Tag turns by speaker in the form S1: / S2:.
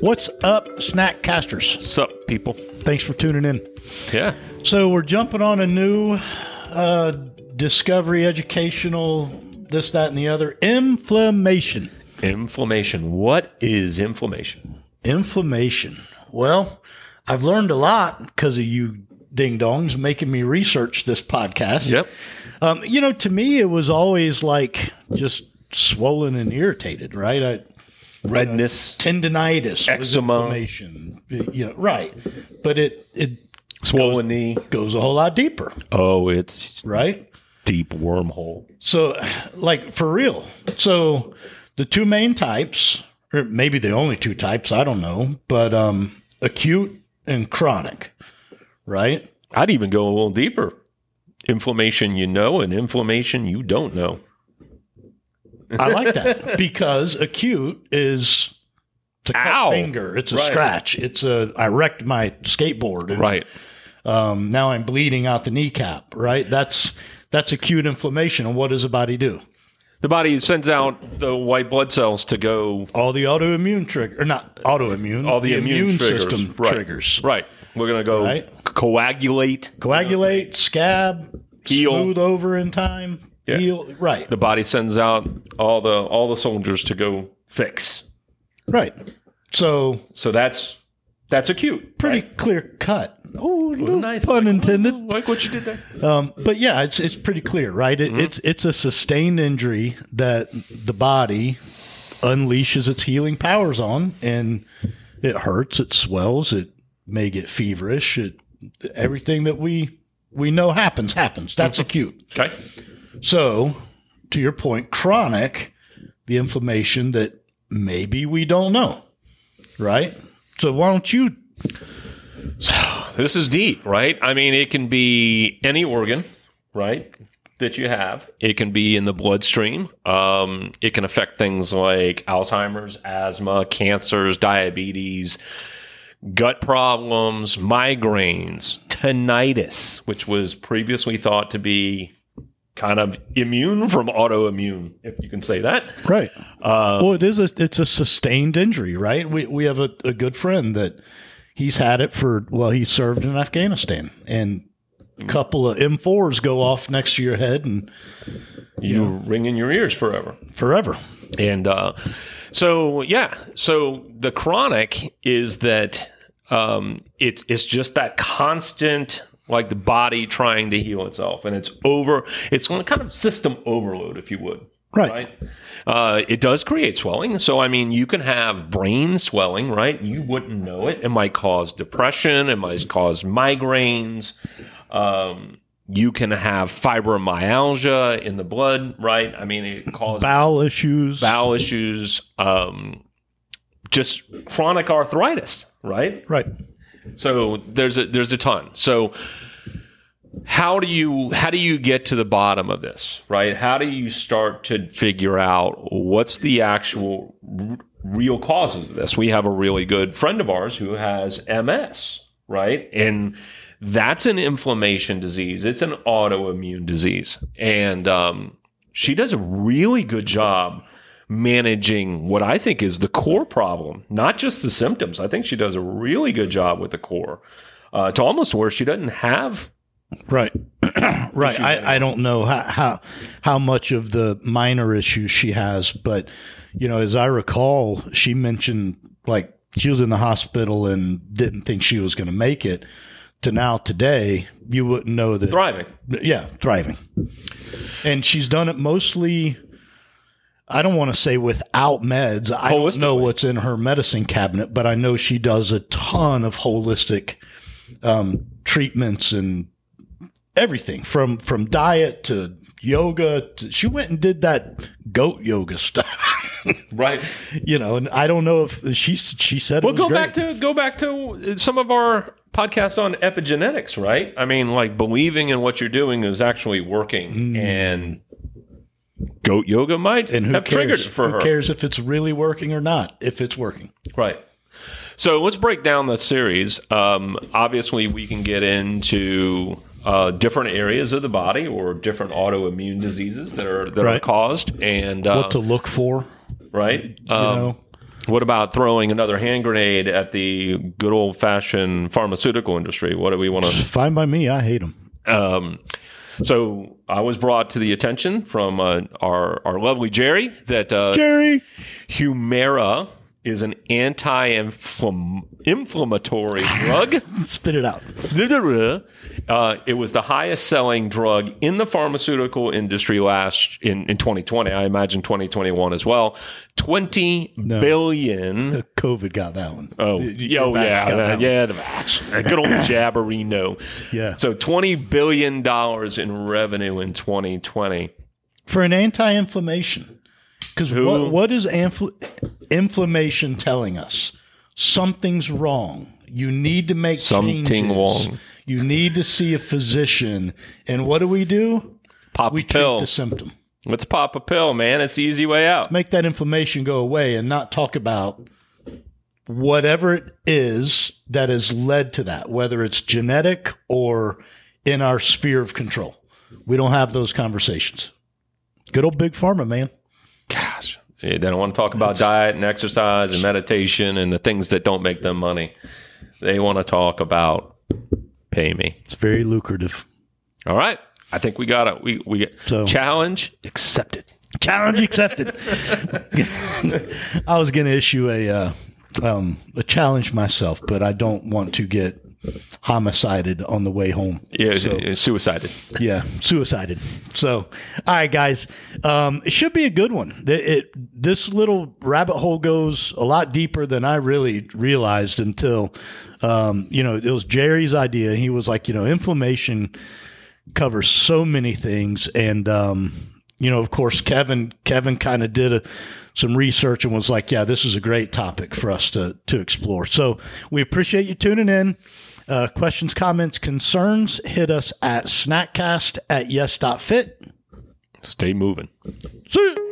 S1: What's up, Snackcasters?
S2: Sup, people?
S1: Thanks for tuning in.
S2: Yeah.
S1: So we're jumping on a new uh, discovery, educational, this, that, and the other. Inflammation.
S2: Inflammation. What is inflammation?
S1: Inflammation. Well, I've learned a lot because of you ding dongs making me research this podcast. Um, you know, to me, it was always like just swollen and irritated, right? I,
S2: Redness,
S1: tendinitis, was
S2: Eczema.
S1: inflammation. You know, right? But it it
S2: swollen knee.
S1: goes a whole lot deeper,
S2: Oh, it's
S1: right?
S2: deep wormhole.
S1: So, like for real. So, the two main types, or maybe the only two types, I don't know, but um, acute and chronic, right?
S2: I'd even go a little deeper. Inflammation you know and inflammation you don't know.
S1: I like that because acute is it's a cut
S2: Ow.
S1: finger, it's a
S2: Right.
S1: scratch, it's a I wrecked my skateboard, and,
S2: Right.
S1: Um, now I'm bleeding out the kneecap, right? That's that's acute inflammation, and what does the body do?
S2: The body sends out the white blood cells to go
S1: All the autoimmune trigger, or not autoimmune,
S2: all the, immune, triggers.
S1: system
S2: right.
S1: triggers,
S2: Right. We're gonna go
S1: Right.
S2: c- coagulate.
S1: coagulate, scab,
S2: Heal.
S1: smooth over in time,
S2: Yeah.
S1: heal. Right,
S2: The body sends out all the all the soldiers to go fix.
S1: right. So
S2: So that's that's acute.
S1: pretty
S2: right?
S1: clear cut. Oh, no
S2: nice.
S1: pun intended.
S2: Like what you did there.
S1: Um, but yeah, it's it's pretty clear, right?
S2: Mm-hmm.
S1: It, It's it's a sustained injury that the body unleashes its healing powers on, and it hurts, it swells, it may get feverish. It everything that we we know happens happens. That's acute.
S2: Okay.
S1: So, to your point, chronic, the inflammation that maybe we don't know, right? So why don't you?
S2: This is deep, right? I mean, it can be any organ, right, that you have. It can be in the bloodstream. Um, it can affect things like Alzheimer's, asthma, cancers, diabetes, gut problems, migraines, tinnitus, which was previously thought to be kind of immune from autoimmune, if you can say that.
S1: Right. well, it is. A, it's a sustained injury, right? uh, We we have a, a good friend that he's had it for. Well, he served in Afghanistan, and a couple of M4s go off next to your head and
S2: You ring in your ears forever.
S1: forever.
S2: And uh, so, yeah. So the chronic is that um, it's it's just that constant, like the body trying to heal itself, and it's over. It's one kind of system overload, if you would.
S1: Right.
S2: Right. Uh, it does create swelling. So, I mean, you can have brain swelling, right? You wouldn't know it. It might cause depression. It might cause migraines. Um, you can have fibromyalgia in the blood, right? I mean, it causes
S1: Bowel issues.
S2: bowel issues, um, just chronic arthritis, right?
S1: Right.
S2: So there's a there's a ton. So how do you how do you get to the bottom of this, right? How do you start to figure out what's the actual r- real causes of this? We have a really good friend of ours who has MS, right? And that's an inflammation disease. It's an autoimmune disease, and um, she does a really good job managing what I think is the core problem, not just the symptoms. I think she does a really good job with the core uh, to almost where she doesn't have.
S1: Right. right. I, I don't know how, how how much of the minor issues she has, but you know, as I recall, she mentioned like she was in the hospital and didn't think she was going to make it. To now today, you wouldn't know that.
S2: Thriving.
S1: Yeah, thriving. And she's done it mostly. I don't want to say without meds. I don't know
S2: Holistically.
S1: what's in her medicine cabinet, but I know she does a ton of holistic um, treatments and everything from from diet to yoga. To, she went and did that goat yoga stuff,
S2: Right.
S1: you know. And I don't know if she she said
S2: Well,
S1: it was
S2: go
S1: great.
S2: back to go back to some of our podcasts on epigenetics, right? I mean, like believing in what you're doing is actually working, and goat yoga might
S1: Mm. and who
S2: have
S1: cares?
S2: triggered it for
S1: who
S2: her.
S1: cares if it's really working or not? If it's working,
S2: Right. So let's break down the series. Um, obviously, we can get into uh, different areas of the body or different autoimmune diseases that are that are
S1: Right.
S2: caused, and uh,
S1: what to look for,
S2: right.
S1: you
S2: Um,
S1: know.
S2: What about throwing another hand grenade at the good old fashioned pharmaceutical industry? What do we want to?
S1: Fine by me. I hate them.
S2: Um, so I was brought to the attention from uh, our our lovely Jerry that uh,
S1: Jerry.
S2: Humira is an anti-inflammatory drug.
S1: Spit it out.
S2: Uh, it was the highest selling drug in the pharmaceutical industry last in, in 2020. I imagine 2021 as well. Twenty billion.
S1: The COVID got that one.
S2: Oh,
S1: Y- y-
S2: yeah,
S1: your
S2: oh,
S1: back's got
S2: yeah, the-
S1: that one.
S2: yeah, the vax. That good old jabberino.
S1: Yeah.
S2: So twenty billion dollars in revenue in 2020.
S1: For an anti-inflammation. Because
S2: Who-
S1: what, what is infl- inflammation telling us? Something's wrong. You need to make
S2: Something
S1: changes.
S2: wrong.
S1: You need to see a physician. And what do we do?
S2: Pop
S1: We
S2: a pill.
S1: treat the symptom.
S2: Let's pop a pill, man. It's the easy way out.
S1: Make that inflammation go away and not talk about whatever it is that has led to that, whether it's genetic or in our sphere of control. We don't have those conversations. Good old big pharma, man.
S2: Gosh. Yeah, They don't want to talk about diet and exercise and meditation and the things that don't make them money. They want to talk about pay me.
S1: It's very lucrative.
S2: All right. I think we got it. We we
S1: So-
S2: challenge accepted.
S1: Challenge accepted. I was going to issue a uh, um, a challenge myself, but I don't want to get homicided on the way home.
S2: Yeah, it's suicided.
S1: yeah, suicided. So, all right, guys, um, it should be a good one. It, it this little rabbit hole goes a lot deeper than I really realized until, um, you know, it was Jerry's idea. He was like, you know, inflammation covers so many things, and um, you know, of course, Kevin Kevin kind of did a, some research and was like, yeah, this is a great topic for us to to explore. So, we appreciate you tuning in. Uh, questions, comments, concerns, hit us at snackcast at yes.fit.
S2: Stay moving.
S1: See ya.